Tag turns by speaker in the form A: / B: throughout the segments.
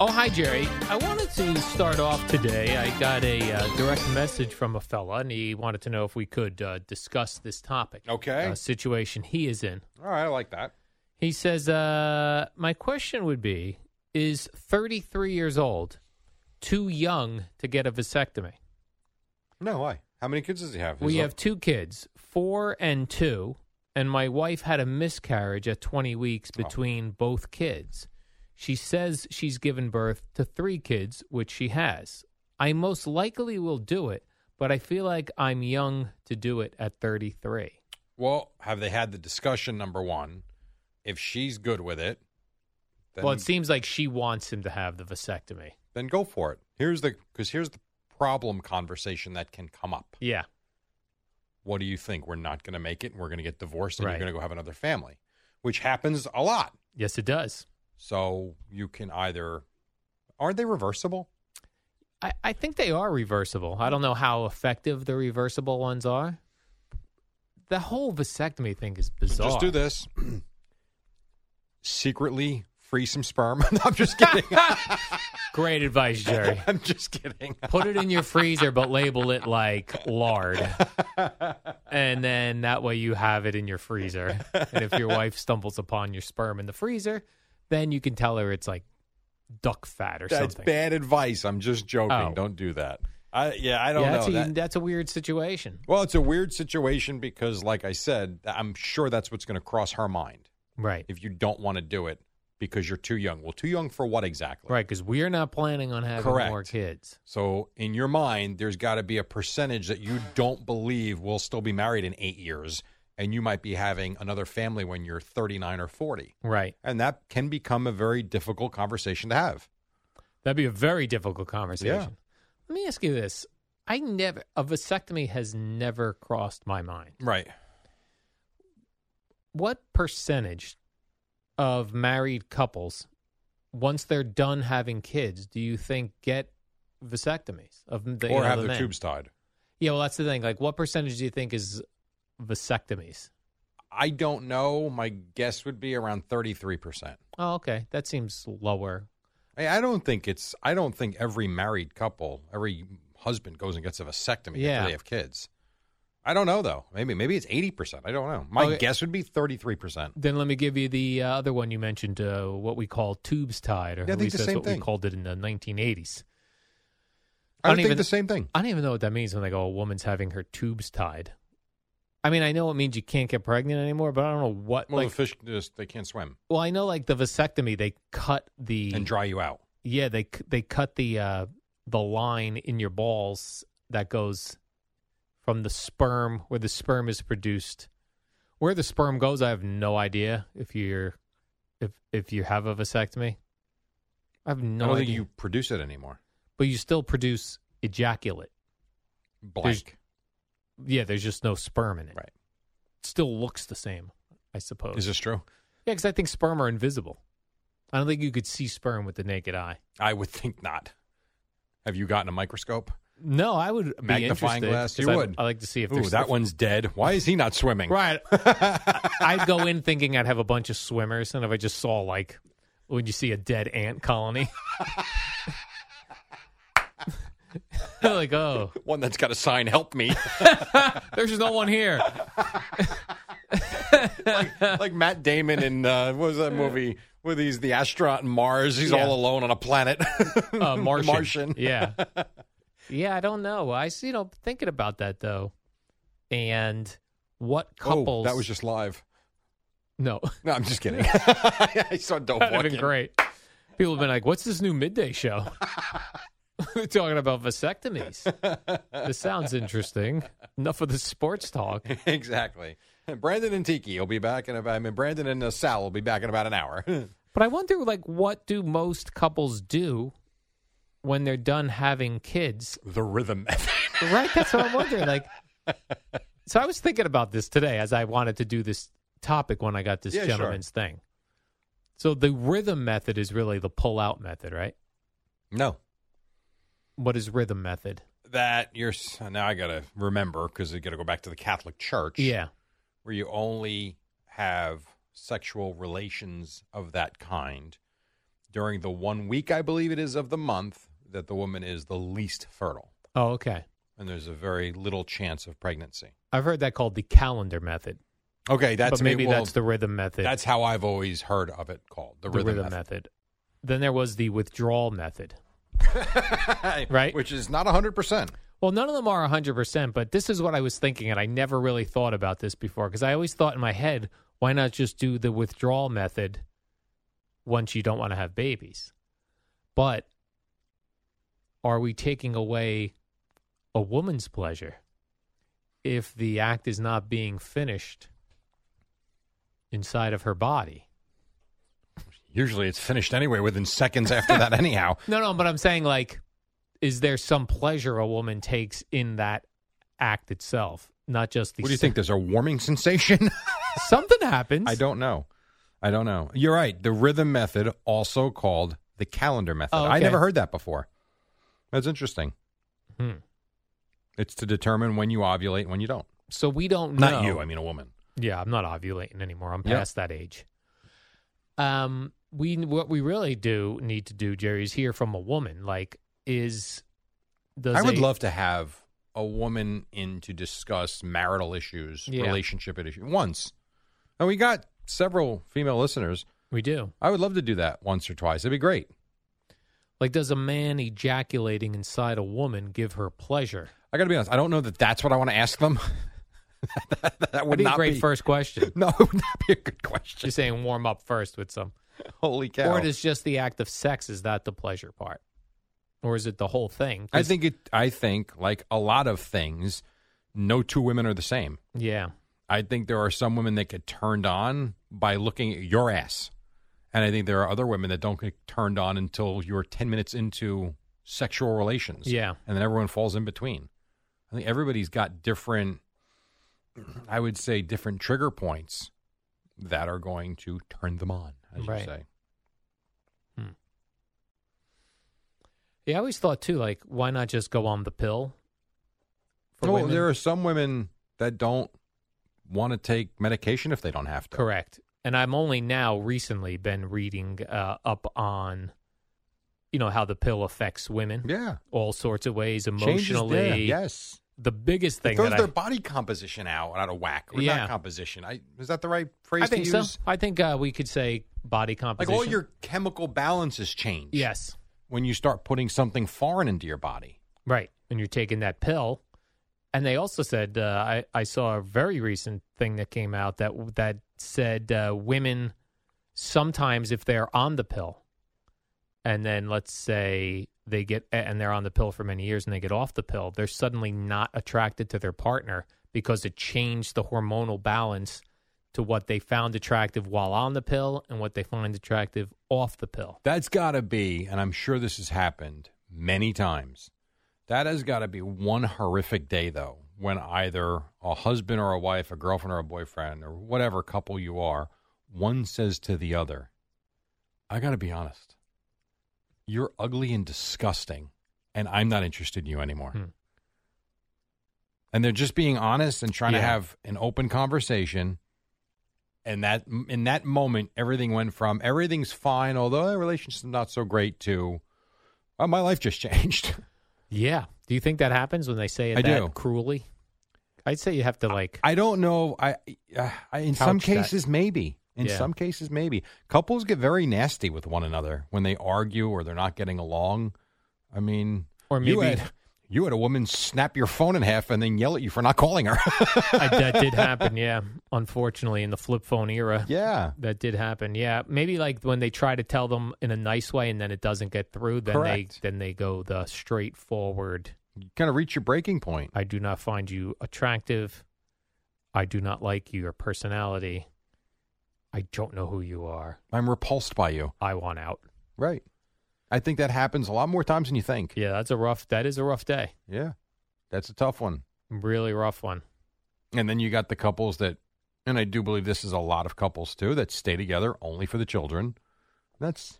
A: Oh, hi, Jerry. I wanted to start off today. I got a uh, direct message from a fella, and he wanted to know if we could uh, discuss this topic.
B: Okay.
A: Uh, situation he is in.
B: All right, I like that.
A: He says, uh, My question would be Is 33 years old too young to get a vasectomy?
B: No, why? How many kids does he have?
A: We
B: He's
A: have two kids, four and two, and my wife had a miscarriage at 20 weeks
B: Oh.
A: between both kids. She says she's given birth to three kids, which she has. I most likely will do it, but I feel like I'm young to do it at 33.
B: Well, have they had the discussion? Number one, if she's good with it, then,
A: well, it seems like she wants him to have the vasectomy.
B: then go for it. Here's the because here's the problem conversation that can come up.
A: Yeah.
B: What do you think? We're not going to make it. and We're going to get divorced, and
A: Right.
B: you're going to go have another family, which happens a lot.
A: Yes, it does.
B: So you can either are they reversible?
A: I, I think they are reversible. I don't know how effective the reversible ones are. The whole vasectomy thing is bizarre.
B: Just do this. Secretly free some sperm. No, I'm just kidding.
A: Great advice, Jerry.
B: I'm just kidding.
A: Put it in your freezer, but label it like lard. And then that way you have it in your freezer. And if your wife stumbles upon your sperm in the freezer, then you can tell her it's like duck fat or
B: That's
A: something.
B: bad advice. I'm just joking.
A: Oh.
B: Don't do that. I yeah, I don't
A: yeah, that's,
B: know.
A: a,
B: That-
A: that's a weird situation.
B: well, it's a weird situation because like I said, I'm sure that's what's going to cross her mind
A: Right.
B: if you don't want to do it because you're too young. Well, too young for what exactly?
A: Right. Because we're not planning on having more
B: Correct.
A: kids.
B: So in your mind, there's got to be a percentage that you don't believe will still be married in 8 years and you might be having another family when you're 39 or 40.
A: Right.
B: And that can become a very difficult conversation to have.
A: That'd be a very difficult conversation. Let me ask you this. I never, a vasectomy has never crossed my mind.
B: Right.
A: What percentage of married couples, once they're done having kids, do you think get vasectomies? Of the, you
B: or
A: know,
B: have
A: the
B: their
A: men?
B: tubes tied.
A: Yeah, well, that's the thing. Like, what percentage do you think is vasectomies?
B: I don't know. My guess would be around 33%.
A: Oh, okay. That seems lower.
B: I, I don't think it's, I don't think every married couple, every husband goes and gets a vasectomy
A: Yeah.
B: after they have kids. I don't know though. Maybe, maybe it's 80%. I don't know. My
A: Okay.
B: guess would be 33%.
A: Then let me give you the uh, other one you mentioned, uh, what we call tubes tied, or
B: Yeah, I
A: at
B: think
A: least
B: the
A: that's
B: same
A: what we
B: thing.
A: called it in the 1980s.
B: I,
A: I
B: would
A: don't
B: think
A: even-
B: the same thing.
A: I don't even know what that means when they go, a woman's having her tubes tied. I mean, I know it means you can't get pregnant anymore, but I don't know what.
B: Well,
A: like,
B: the fish just, they can't swim
A: well, I know like the vasectomy, they cut the
B: and dry you out.
A: yeah, they c- they cut the uh, the line in your balls that goes from the sperm where the sperm is produced. Where the sperm goes, I have no idea. If you're if if you have a vasectomy, I have
B: I
A: no
B: don't
A: idea.
B: think you produce it anymore.
A: but you still produce ejaculate.
B: Blank.
A: Yeah, there's just no sperm in it.
B: Right.
A: Still looks the same, I suppose.
B: Is this true?
A: yeah, because I think sperm are invisible. I don't think you could see sperm with the naked eye.
B: I would think not. Have you gotten a microscope?
A: No, I would be interested,
B: Magnifying glass?
A: 'cause
B: You
A: I'd-
B: would.
A: I like to see if
B: Ooh,
A: there's
B: that one's dead. Why is he not swimming?
A: Right. I'd go in thinking I'd have a bunch of swimmers, and if I just saw like when you see a dead ant colony, like oh,
B: One that's got a sign, help me.
A: there's just no one here.
B: like Matt Damon in, uh, what was that movie where he's the astronaut in Mars? He's
A: Yeah.
B: all alone on a planet.
A: Uh, Martian.
B: Martian.
A: Yeah. Yeah, I don't know. I s- you know thinking about that though, and what
B: Oh,
A: couples?
B: that was just live.
A: no,
B: No, I'm just kidding. I saw Dope
A: that'd have
B: walking.
A: been great. People have been like, "What's this new midday show?" They're talking about vasectomies. this sounds interesting. Enough of the sports talk.
B: exactly. Brandon and Tiki will be back in about. I mean, Brandon and uh, Sal will be back in about an hour.
A: But I wonder, like, what do most couples do when they're done having kids?
B: the rhythm method.
A: Right? That's what I'm wondering. Like, so I was thinking about this today as I wanted to do this topic when I got this
B: Yeah, sure.
A: gentleman's thing. So the rhythm method is really the pull out method, right?
B: no,
A: What is rhythm method?
B: that you're s- now. I gotta remember because I gotta go back to the Catholic Church.
A: Yeah.
B: where you only have sexual relations of that kind during the one week, I believe it is, of the month that the woman is the least fertile.
A: Oh, okay.
B: And there's a very little chance of pregnancy.
A: I've heard that called the calendar method.
B: Okay, that's
A: but maybe
B: well,
A: that's the rhythm method.
B: that's how I've always heard of it called the,
A: the rhythm, method. Then there was the withdrawal method. Right.
B: Which is not hundred percent.
A: Well, none of them are 100%, but this is what I was thinking, and I never really thought about this before because I always thought in my head, why not just do the withdrawal method once you don't want to have babies? But are we taking away a woman's pleasure if the act is not being finished inside of her body?
B: Usually, it's finished anyway within seconds after that. Anyhow,
A: No, no, but I'm saying like, is there some pleasure a woman takes in that act itself, not just the?
B: what do you think? There's a warming sensation.
A: Something happens.
B: I don't know. I don't know. You're right. The rhythm method, also called the calendar method.
A: Oh,
B: I
A: okay.
B: never heard that before. That's interesting.
A: Hmm.
B: It's to determine when you ovulate and when you don't.
A: So we don't know.
B: Not you, I mean a woman.
A: yeah, I'm not ovulating anymore. I'm
B: Yep.
A: past that age. Um, we what we really do need to do, Jerry, is hear from a woman. Like, is does
B: I would
A: a-
B: love to have a woman in to discuss marital issues,
A: Yeah.
B: relationship issues once. And we got several female listeners.
A: we do
B: I would love to do that once or twice. It'd be great.
A: like does a man ejaculating inside a woman give her pleasure?
B: I got to be honest. I don't know that that's what I want to ask them. that,
A: That'd
B: would
A: be
B: not
A: a great
B: be-
A: first question.
B: No, it would not be a good question.
A: Just saying, warm up first with some.
B: Holy cow!
A: Or it is just the act of sex? Is that the pleasure part, or is it the whole thing?
B: I
A: 'Cause-
B: think it. I think like a lot of things, no two women are the same.
A: Yeah,
B: I think there are some women that get turned on by looking at your ass, and I think there are other women that don't get turned on until you're ten minutes into sexual relations.
A: Yeah.
B: and then everyone falls in between. I think everybody's got different. I would say different trigger points that are going to turn them on, as
A: Right.
B: you say.
A: yeah. I always thought too, like, why not just go on the pill?
B: Well, Oh, there are some women that don't want to take medication if they don't have to.
A: correct, and I'm only now recently been reading uh, up on, you know, how the pill affects women,
B: Yeah.
A: all sorts of ways,
B: Changes there,
A: emotionally.
B: Yes.
A: The biggest
B: It
A: thing
B: throws
A: that
B: their
A: I,
B: body composition out out of whack. Or
A: Yeah.
B: Not composition. I is that the right phrase
A: I think
B: to
A: so.
B: use?
A: I think uh, we could say body
B: Like
A: composition.
B: all your chemical balances change.
A: yes,
B: When you start putting something foreign into your body.
A: Right. And you're taking that pill. And they also said, uh, I, I saw a very recent thing that came out that that said uh, women sometimes, if they're on the pill, and then let's say they get, and they're on the pill for many years and they get off the pill, they're suddenly not attracted to their partner because it changed the hormonal balance to what they found attractive while on the pill and what they find attractive off the pill.
B: That's got to be, and I'm sure this has happened many times. That has got to be one horrific day, though, when either a husband or a wife, a girlfriend or a boyfriend, or whatever couple you are, one says to the other, I got to be honest, you're ugly and disgusting, and I'm not interested in you anymore.
A: Hmm.
B: And they're just being honest and trying to
A: Yeah.
B: have an open conversation and that in that moment everything went from everything's fine although the relationship's not so great to oh, my life just changed
A: Yeah. Do you think that happens when they say it
B: I
A: that
B: do.
A: cruelly? I'd say you have to like
B: i don't know i, uh, I in some
A: Couch that.
B: cases maybe in
A: Yeah.
B: some cases maybe couples get very nasty with one another when they argue or they're not getting along i mean
A: Or
B: you
A: maybe-
B: had, You had a woman snap your phone in half and then yell at you for not calling her.
A: I, that did happen, yeah. Unfortunately, in the flip phone era,
B: yeah.
A: that did happen. Yeah, maybe like when they try to tell them in a nice way and then it doesn't get through, then
B: Correct.
A: they then they go the straightforward.
B: You kind of reach your breaking point.
A: I do not find you attractive. I do not like your personality. I don't know who you are.
B: I'm repulsed by you.
A: I want out.
B: Right. I think that happens a lot more times than you think.
A: Yeah, that's a rough. That is a rough day.
B: Yeah. That's a tough one.
A: Really rough one.
B: And then you got the couples that, and I do believe this is a lot of couples too, that stay together only for the children. That's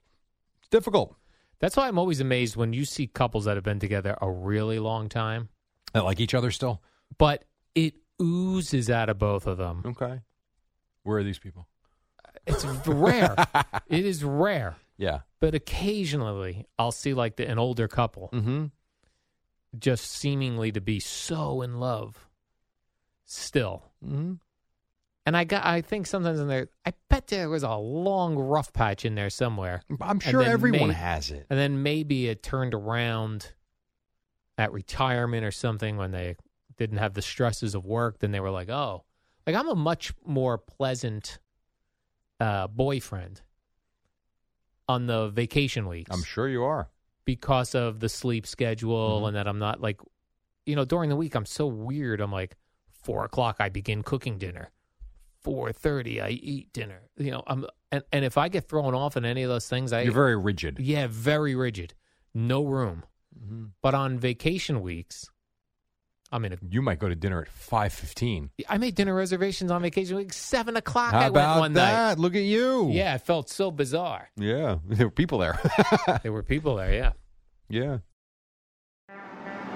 B: it's difficult.
A: That's why I'm always amazed when you see couples that have been together a really long time,
B: They like each other still.
A: but it oozes out of both of them.
B: Okay. Where are these people?
A: It's rare. it is rare.
B: Yeah.
A: But occasionally I'll see like the, an older couple
B: Mm-hmm.
A: just seemingly to be so in love still.
B: Mm-hmm.
A: And I got I think sometimes in there I bet there was a long rough patch in there somewhere.
B: I'm sure
A: then
B: everyone
A: may-
B: has it.
A: And then maybe it turned around at retirement or something when they didn't have the stresses of work, then they were like, "Oh, like I'm a much more pleasant uh, boyfriend on the vacation weeks."
B: I'm sure Mm-hmm. you are.
A: because of the sleep schedule and that I'm not like, you know, during the week I'm so weird. I'm like, four o'clock I begin cooking dinner, four thirty I eat dinner. You know, I'm and, and if I get thrown off in any of those things, I
B: You're very rigid.
A: yeah very rigid, no room.
B: Mm-hmm.
A: But on vacation weeks, I'm in a.
B: You might go to dinner at five fifteen.
A: I made dinner reservations on vacation week seven o'clock. I
B: How
A: went
B: about
A: one night.
B: that? Look at you.
A: Yeah, it felt so bizarre.
B: Yeah. There were people there.
A: There were people there. Yeah.
B: yeah.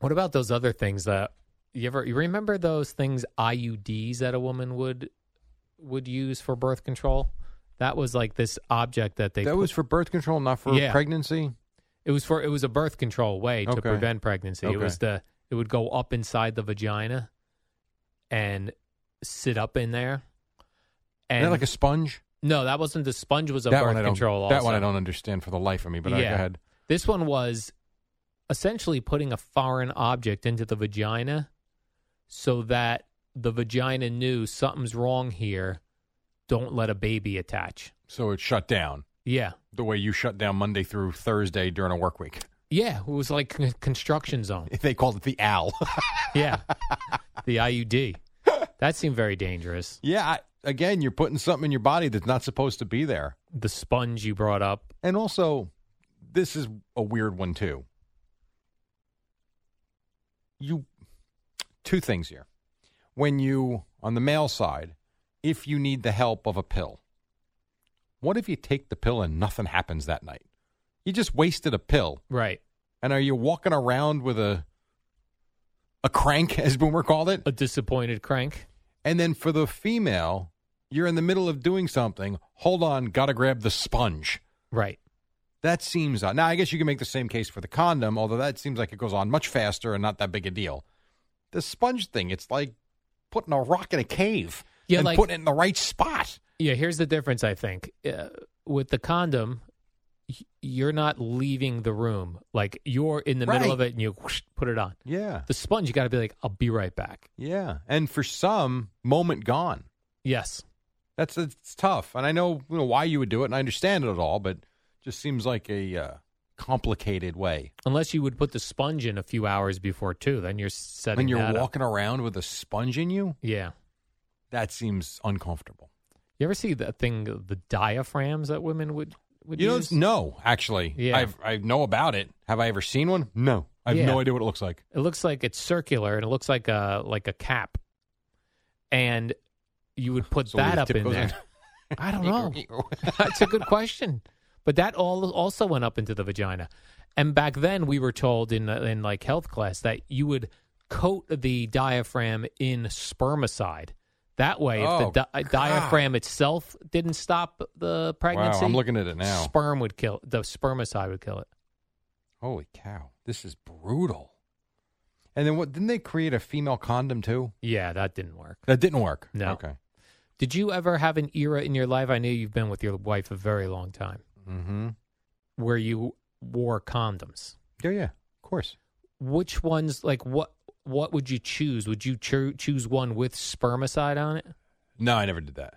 A: What about those other things that you ever you remember those things IUDs that a woman would would use for birth control? That was like this object that they
B: that
A: put-
B: was for birth control, not for
A: Yeah.
B: pregnancy.
A: it was for it was a birth control way to
B: Okay.
A: prevent pregnancy. It
B: Okay.
A: was the it would go up inside the vagina and sit up in there. And
B: Isn't that like a sponge?
A: no, that wasn't the sponge was a
B: that
A: birth
B: one I don't.
A: control also.
B: That one I don't understand for the life of me. But I, go ahead.
A: This one was essentially putting a foreign object into the vagina so that the vagina knew something's wrong here. Don't let a baby attach.
B: So it shut down
A: Yeah.
B: the way you shut down Monday through Thursday during a work week.
A: Yeah. It was like a construction zone.
B: They called it the owl.
A: Yeah. the IUD. That seemed very dangerous.
B: yeah. I, again, you're putting something in your body that's not supposed to be there.
A: The sponge you brought up.
B: And also, this is a weird one too. You two things here. When you on the male side, if you need the help of a pill, what if you take the pill and nothing happens that night? You just wasted a pill.
A: Right.
B: And are you walking around with a a crank, as Boomer called it?
A: A disappointed crank.
B: And then for the female, you're in the middle of doing something. Hold on, gotta grab the sponge.
A: Right.
B: That seems odd. Now, I guess you can make the same case for the condom, although that seems like it goes on much faster and not that big a deal. The sponge thing, it's like putting a rock in a cave
A: Yeah,
B: and
A: like-
B: putting it in the right spot.
A: Yeah, here's the difference. I think uh, with the condom, y- you're not leaving the room. Like you're in the middle
B: Right.
A: of it, and you whoosh, put it on.
B: Yeah.
A: The sponge, you got to be like, "I'll be right back."
B: Yeah. And for some, moment gone.
A: Yes,
B: That's it's tough. And I know, you know why you would do it, and I understand it at all, but just seems like a uh, complicated way.
A: unless you would put the sponge in a few hours before too, then you're setting.
B: And you're
A: that up.
B: walking around with a sponge in you,
A: Yeah.
B: that seems uncomfortable.
A: You ever see that thing, the diaphragms that women would would
B: You
A: use?
B: don't know, actually.
A: Yeah.
B: I've, I know about it. Have I ever seen one? No. I have
A: Yeah.
B: no idea what it looks like.
A: It looks like it's circular, and it looks like a like a cap, and you would put
B: So
A: that
B: the
A: up
B: tip
A: in
B: goes
A: there.
B: in.
A: I don't know. That's a good question. But that all also went up into the vagina. And back then, we were told in in like health class that you would coat the diaphragm in spermicide. That way,
B: Oh,
A: if the di- uh,
B: God.
A: diaphragm itself didn't stop the pregnancy,
B: Wow, I'm looking at it now.
A: sperm would kill the spermicide would kill it.
B: Holy cow, this is brutal. And then what? Didn't they create a female condom too?
A: Yeah, that didn't work.
B: That didn't work.
A: No.
B: Okay.
A: Did you ever have an era in your life? I know you've been with your wife a very long time
B: Mm-hmm.
A: where you wore condoms.
B: Yeah, yeah, of course.
A: Which ones? Like what? What would you choose? Would you cho- choose one with spermicide on it
B: No, I never did that.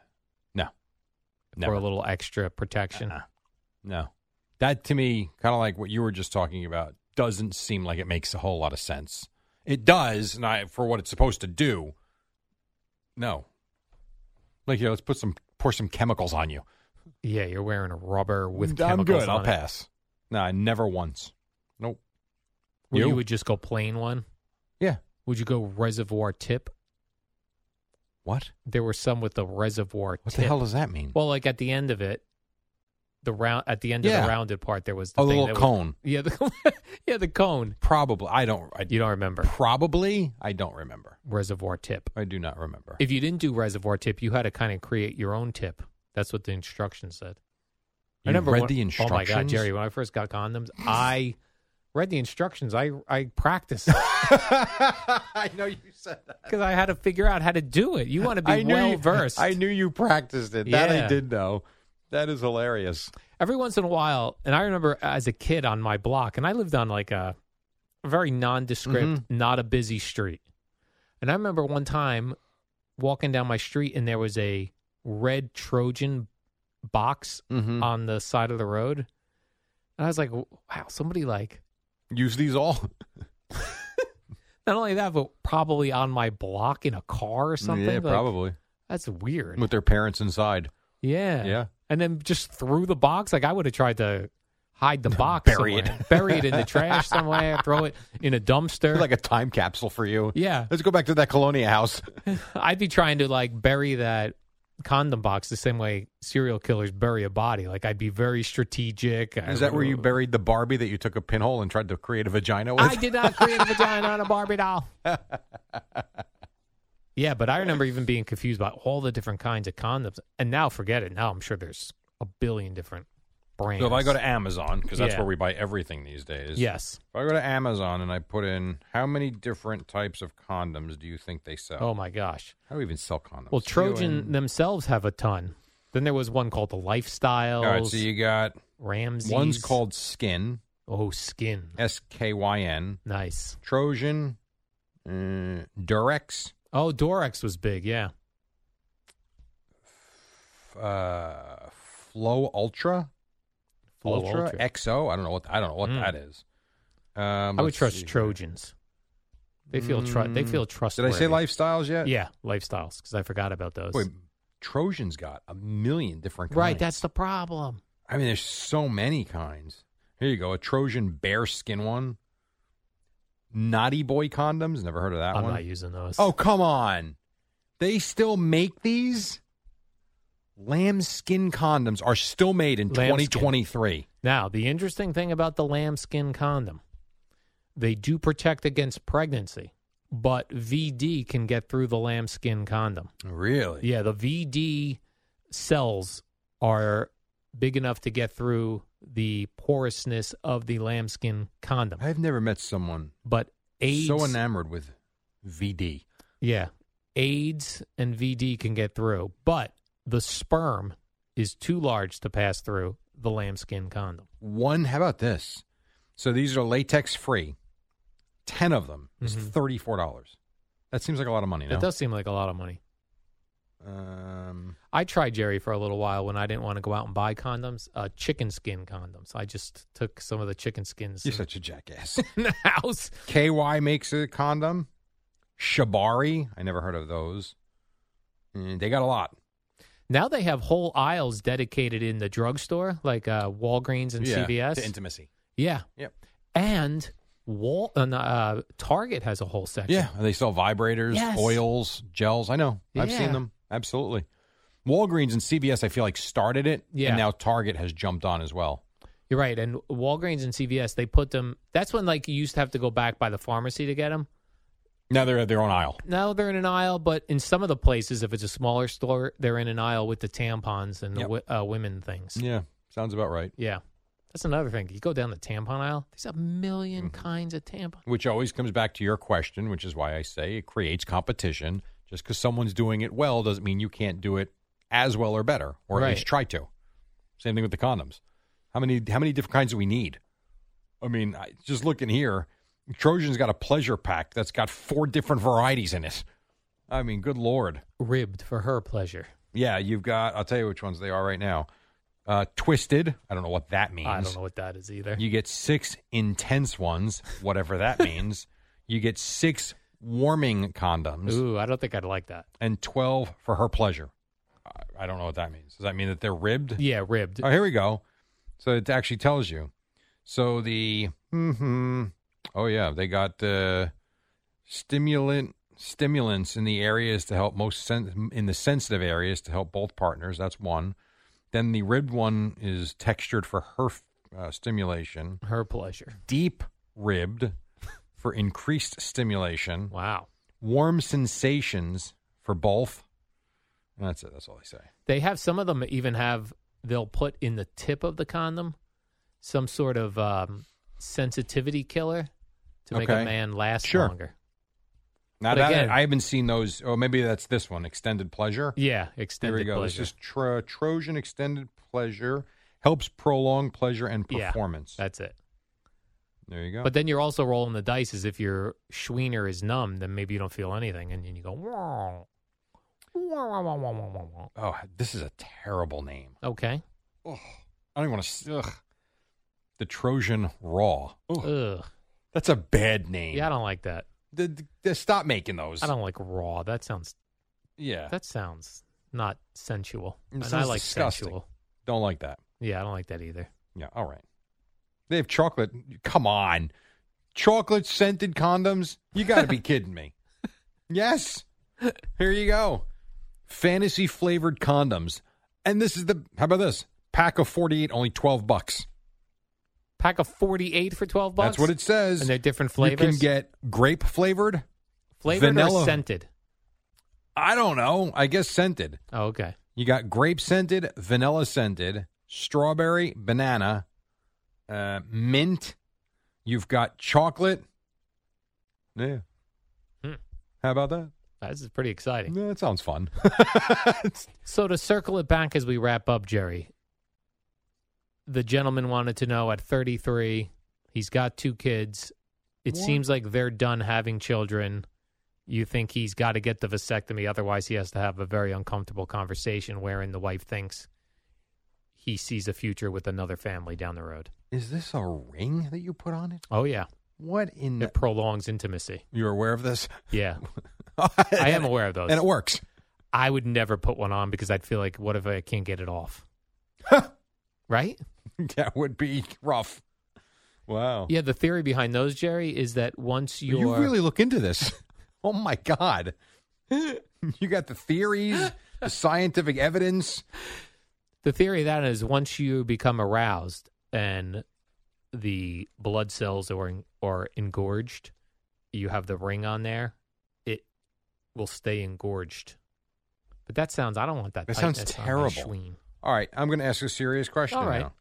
B: No,
A: for a
B: Never.
A: little extra protection?
B: Uh-uh. no. That to me, kind of like what you were just talking about, doesn't seem like it makes a whole lot of sense. It does, and I for what it's supposed to do. No. Like you know, let's put some pour some chemicals on you.
A: Yeah, you're wearing rubber with
B: Mm, I'm
A: chemicals
B: good.
A: on
B: I'll
A: it.
B: pass. No, I never once. Nope.
A: Well, you?
B: You?
A: would just go plain one.
B: Yeah.
A: Would you go reservoir tip?
B: What?
A: There were some with the reservoir
B: What
A: tip.
B: the hell does that mean?
A: Well, like at the end of it, the round at the end of
B: Yeah.
A: the rounded part, there was the
B: a
A: thing
B: little
A: that was-
B: cone,
A: yeah, the, yeah, the cone.
B: probably. I don't. I
A: You don't remember
B: probably. I don't remember.
A: reservoir tip.
B: I do not remember.
A: If you didn't do reservoir tip, you had to kind of create your own tip. That's what the instructions said. I
B: You
A: remember
B: read
A: when-
B: the instructions.
A: Oh my god, Jerry! When I first got condoms, I read the instructions. I I practiced.
B: I know you said that.
A: because I had to figure out how to do it. You want to be well versed.
B: I knew you practiced it. That
A: Yeah.
B: I did know. That is hilarious.
A: Every once in a while, and I remember as a kid on my block, and I lived on like a very nondescript,
B: Mm-hmm.
A: not a busy street. And I remember one time walking down my street, and there was a red Trojan box
B: Mhm.
A: on the side of the road, and I was like, "Wow, somebody like."
B: Use these all.
A: Not only that, but probably on my block in a car or something.
B: yeah,
A: Like,
B: probably
A: That's weird.
B: with their parents inside.
A: Yeah.
B: Yeah.
A: And then just threw the box. Like I would have tried to hide the box.
B: Bury it.
A: somewhere. Bury it in the trash somewhere, throw it in a dumpster.
B: Like a time capsule for you.
A: yeah.
B: Let's go back to that Colonia house.
A: I'd be trying to like bury that condom box the same way serial killers bury a body. Like I'd be very strategic. I
B: Is that where you
A: would-
B: buried the Barbie that you took a pinhole and tried to create a vagina with?
A: I did not create a vagina on a Barbie doll. yeah, but I remember even being confused about all the different kinds of condoms. And now forget it. Now I'm sure there's a billion different brands.
B: So if I go to Amazon, because that's
A: Yeah.
B: where we buy everything these days.
A: Yes.
B: If I go to Amazon and I put in how many different types of condoms do you think they sell?
A: Oh my gosh.
B: How do we even sell condoms?
A: Well,
B: You
A: Trojan
B: and-
A: themselves have a ton. Then there was one called the Lifestyles.
B: All right, so you got
A: Ramsey's.
B: one's called Skin,
A: Oh Skin.
B: S K Y N.
A: Nice.
B: Trojan, uh, Durex,
A: Oh, Dorex was big. Yeah.
B: uh, Flow Ultra,
A: Flow
B: Ultra,
A: Ultra.
B: XO. I don't know what I don't know what
A: Mm.
B: that is. Um,
A: I would
B: let's
A: trust
B: see.
A: Trojans. They feel tru- they feel
B: Mm. Did I
A: trustworthy.
B: say lifestyles yet?
A: Yeah, lifestyles because I forgot about those.
B: Wait, Trojan's got a million different kinds.
A: right, that's the problem.
B: I mean, there's so many kinds. Here you go, a Trojan bear skin one. Naughty boy condoms. Never heard of that
A: I'm
B: one.
A: not using those.
B: Oh, come on. They still make these? Lambskin condoms are still made in
A: Lambskin.
B: 2023.
A: Now, the interesting thing about the lambskin condom, they do protect against pregnancy, but VD can get through the lambskin condom.
B: Really?
A: Yeah, the VD cells are big enough to get through the porousness of the lambskin condom.
B: I've never met someone
A: But AIDS,
B: so enamored with VD.
A: yeah, AIDS and VD can get through, but the sperm is too large to pass through the lambskin condom.
B: One, how about this? So these are latex free. 10 of them is
A: Mhm.
B: $34. That seems like a lot of money, no?
A: That does seem like a lot of money.
B: Um,
A: I tried Jerry for a little while when I didn't want to go out and buy condoms, uh, chicken skin condoms. I just took some of the chicken skins
B: you're such a jackass.
A: in the house.
B: KY makes a condom. Shibari, I never heard of those. Mm, they got a lot.
A: Now they have whole aisles dedicated in the drugstore, like uh, Walgreens and CVS.
B: to intimacy.
A: yeah,
B: Yep.
A: and Wal and uh, Target has a whole section.
B: Yeah, and they sell vibrators,
A: Yes.
B: oils, gels. I know. I've
A: Yeah.
B: seen them. Absolutely. Walgreens and CVS, I feel like started it,
A: Yeah.
B: and now Target has jumped on as well.
A: You're right. And Walgreens and CVS, they put them. That's when like you used to have to go back by the pharmacy to get them.
B: Now they're at their own aisle.
A: Now they're in an aisle, but in some of the places, if it's a smaller store, they're in an aisle with the tampons and the
B: Yep.
A: wi- uh, women things.
B: Yeah, sounds about right.
A: Yeah. That's another thing. You go down the tampon aisle, there's a 1000000
B: Mm-hmm.
A: kinds of tampons.
B: Which always comes back to your question, which is why I say it creates competition. Just because someone's doing it well doesn't mean you can't do it as well or better, or at
A: Right.
B: least try to. Same thing with the condoms. How many how many different kinds do we need? I mean, I, just looking here, Trojan's got a pleasure pack that's got four different varieties in it. I mean, good lord.
A: Ribbed for her pleasure.
B: Yeah, you've got. I'll tell you which ones they are right now. Uh, Twisted. I don't know what that means.
A: I don't know what that is either.
B: You get six intense ones, whatever that means. You get six warming condoms
A: Ooh, I don't think I'd like that.
B: and 12 for her pleasure. I, I don't know what that means. Does that mean that they're ribbed?
A: Yeah, ribbed.
B: Oh, here we go. So it actually tells you. So the, hmm oh yeah, they got uh, stimulant stimulants in the areas to help most sen- in the sensitive areas to help both partners. That's one. Then the ribbed one is textured for her uh, stimulation
A: Her pleasure.
B: deep ribbed for increased stimulation,
A: Wow.
B: warm sensations for both. And that's it. That's all I say.
A: They have some of them even have they'll put in the tip of the condom some sort of um, sensitivity killer to make
B: Okay.
A: a man last
B: Sure.
A: longer.
B: Now
A: But
B: that
A: again-
B: I haven't seen those. Oh, maybe that's this one, extended pleasure.
A: Yeah,
B: there
A: extended
B: we go.
A: pleasure.
B: This is tro- Trojan extended pleasure helps prolong pleasure and
A: Yeah.
B: performance.
A: That's it.
B: there you go.
A: But then you're also rolling the dice as if your schweener is numb, then maybe you don't feel anything, and then you go. "Wah, wah, wah, wah, wah, wah, wah,
B: oh, this is a terrible name.
A: wah." Okay.
B: I don't even want to. Ugh. The Trojan Raw. Ugh.
A: Ugh.
B: That's a bad name.
A: Yeah, I don't like that.
B: The- the- the- stop making those.
A: I don't like raw. That sounds
B: Yeah.
A: that sounds not sensual.
B: It
A: and I
B: sounds
A: like
B: disgusting.
A: sensual.
B: Don't like that.
A: Yeah, I don't like that either.
B: Yeah, all right. They have chocolate. Come on. Chocolate scented condoms? You got to be kidding me. Yes. Here you go. Fantasy flavored condoms. And this is the How about this? Pack of 48 only 12 bucks.
A: Pack of forty eight for twelve bucks.
B: That's what it says.
A: And they're different
B: You can
A: flavors.
B: get grape flavored.
A: flavored
B: vanilla.
A: or scented.
B: I don't know. I guess scented.
A: Oh, okay.
B: You got grape scented, vanilla scented, strawberry, banana, uh, mint. You've got chocolate. Yeah.
A: Hmm.
B: How about that?
A: This is pretty exciting.
B: Yeah, that sounds fun.
A: So to circle it back as we wrap up, Jerry, the gentleman wanted to know at 33, he's got two kids. It
B: What?
A: seems like they're done having children. You think he's got to get the vasectomy, otherwise he has to have a very uncomfortable conversation wherein the wife thinks he sees a future with another family down the road.
B: Is this a ring that you put on it?
A: Oh yeah,
B: What in the.
A: it prolongs intimacy.
B: You're aware of this?
A: Yeah, I am aware of those.
B: And it works.
A: I would never put one on because I'd feel like, what if I can't get it off? right?
B: that would be rough. Wow.
A: Yeah, the theory behind those, Jerry, is that once you're
B: You really look into this. Oh my God. you got the theories, the scientific evidence.
A: the theory of that is once you become aroused and the blood cells are en- are engorged, you have the ring on there, it will stay engorged. But that sounds I don't want that.
B: That sounds
A: tightness on my
B: terrible.
A: schween.
B: All right, I'm going to ask a serious question
A: All right.
B: now.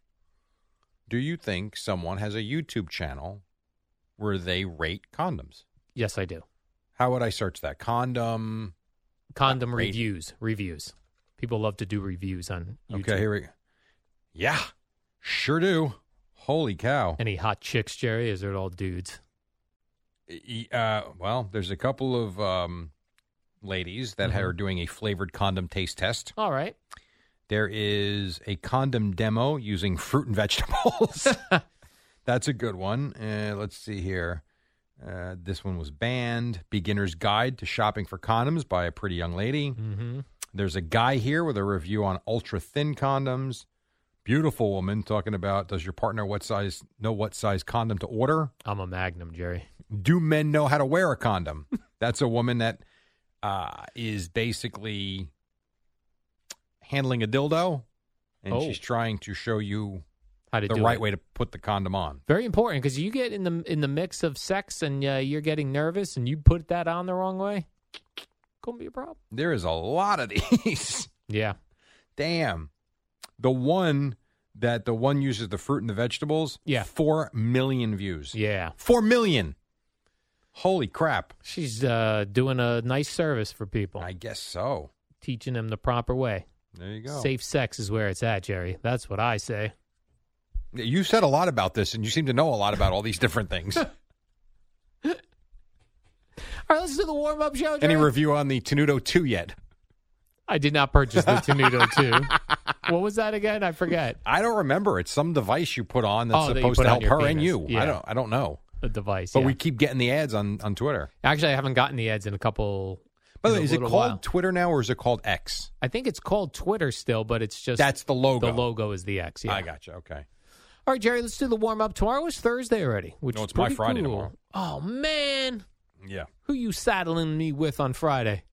B: Do you think someone has a YouTube channel where they rate condoms?
A: Yes, I do.
B: How would I search that? Condom.
A: Condom
B: Great.
A: reviews, reviews. People love to do reviews on YouTube.
B: Okay, here we go. Yeah, sure do. Holy cow.
A: Any hot chicks, Jerry? Is it all dudes?
B: E- Uh, well, there's a couple of um, ladies that
A: Mhm.
B: are doing a flavored condom taste test.
A: All right.
B: There is a condom demo using fruit and vegetables. That's a good one. Uh, let's see here. Uh, this one was banned. Beginner's Guide to Shopping for Condoms by a pretty young lady.
A: Mm-hmm.
B: There's a guy here with a review on ultra thin condoms. Beautiful woman talking about does your partner what size know what size condom to order?
A: I'm a magnum, Jerry.
B: do men know how to wear a condom? That's a woman that uh, is basically handling a dildo, and
A: Oh.
B: she's trying to show you
A: How how to
B: the
A: do
B: right
A: it.
B: way to put the condom on.
A: Very important because you get in the in the mix of sex and uh, you're getting nervous and you put that on the wrong way, gonna be a problem.
B: There is a lot of these.
A: Yeah,
B: Damn. The one that the one uses the fruit and the vegetables.
A: Yeah.
B: Four million views.
A: yeah.
B: Four million. Holy crap.
A: She's uh, doing a nice service for people,
B: I guess so.
A: teaching them the proper way.
B: There you go.
A: Safe sex is where it's at, Jerry. That's what I say.
B: You said a lot about this, and you seem to know a lot about all these different things.
A: All right, let's do the warm up show. Jerry.
B: Any review on the Tenuto 2 yet?
A: I did not purchase the Tenuto two. What was that again? I forget
B: I don't remember. It's some device you put on that's
A: Oh, that you
B: supposed
A: put
B: to
A: on
B: help
A: your
B: her and
A: penis.
B: you. I
A: Yeah.
B: don't I don't know.
A: the device.
B: But
A: yeah.
B: we keep getting the ads on, on Twitter.
A: actually I haven't gotten the ads in a couple.
B: By the
A: in
B: way,
A: a
B: is it
A: little
B: called
A: while.
B: Twitter now or is it called X?
A: I think it's called Twitter still, but it's just
B: That's the logo.
A: the logo is the X. Yeah.
B: I gotcha. Okay.
A: All right, Jerry, let's do the warm up. Tomorrow is Thursday already, which
B: No,
A: is
B: it's my
A: pretty
B: Friday
A: cool.
B: tomorrow.
A: Oh man,
B: Yeah.
A: who you saddling me with on Friday?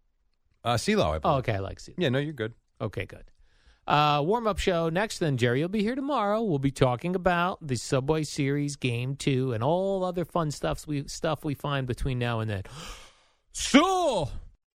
B: Uh, CeeLo, I
A: Oh,
B: believe.
A: okay, I like Cedar.
B: Yeah, no, you're good.
A: Okay, good. Uh, warm up show next. Then Jerry will be here tomorrow. We'll be talking about the Subway Series Game Two and all other fun stuff we stuff we find between now and then. So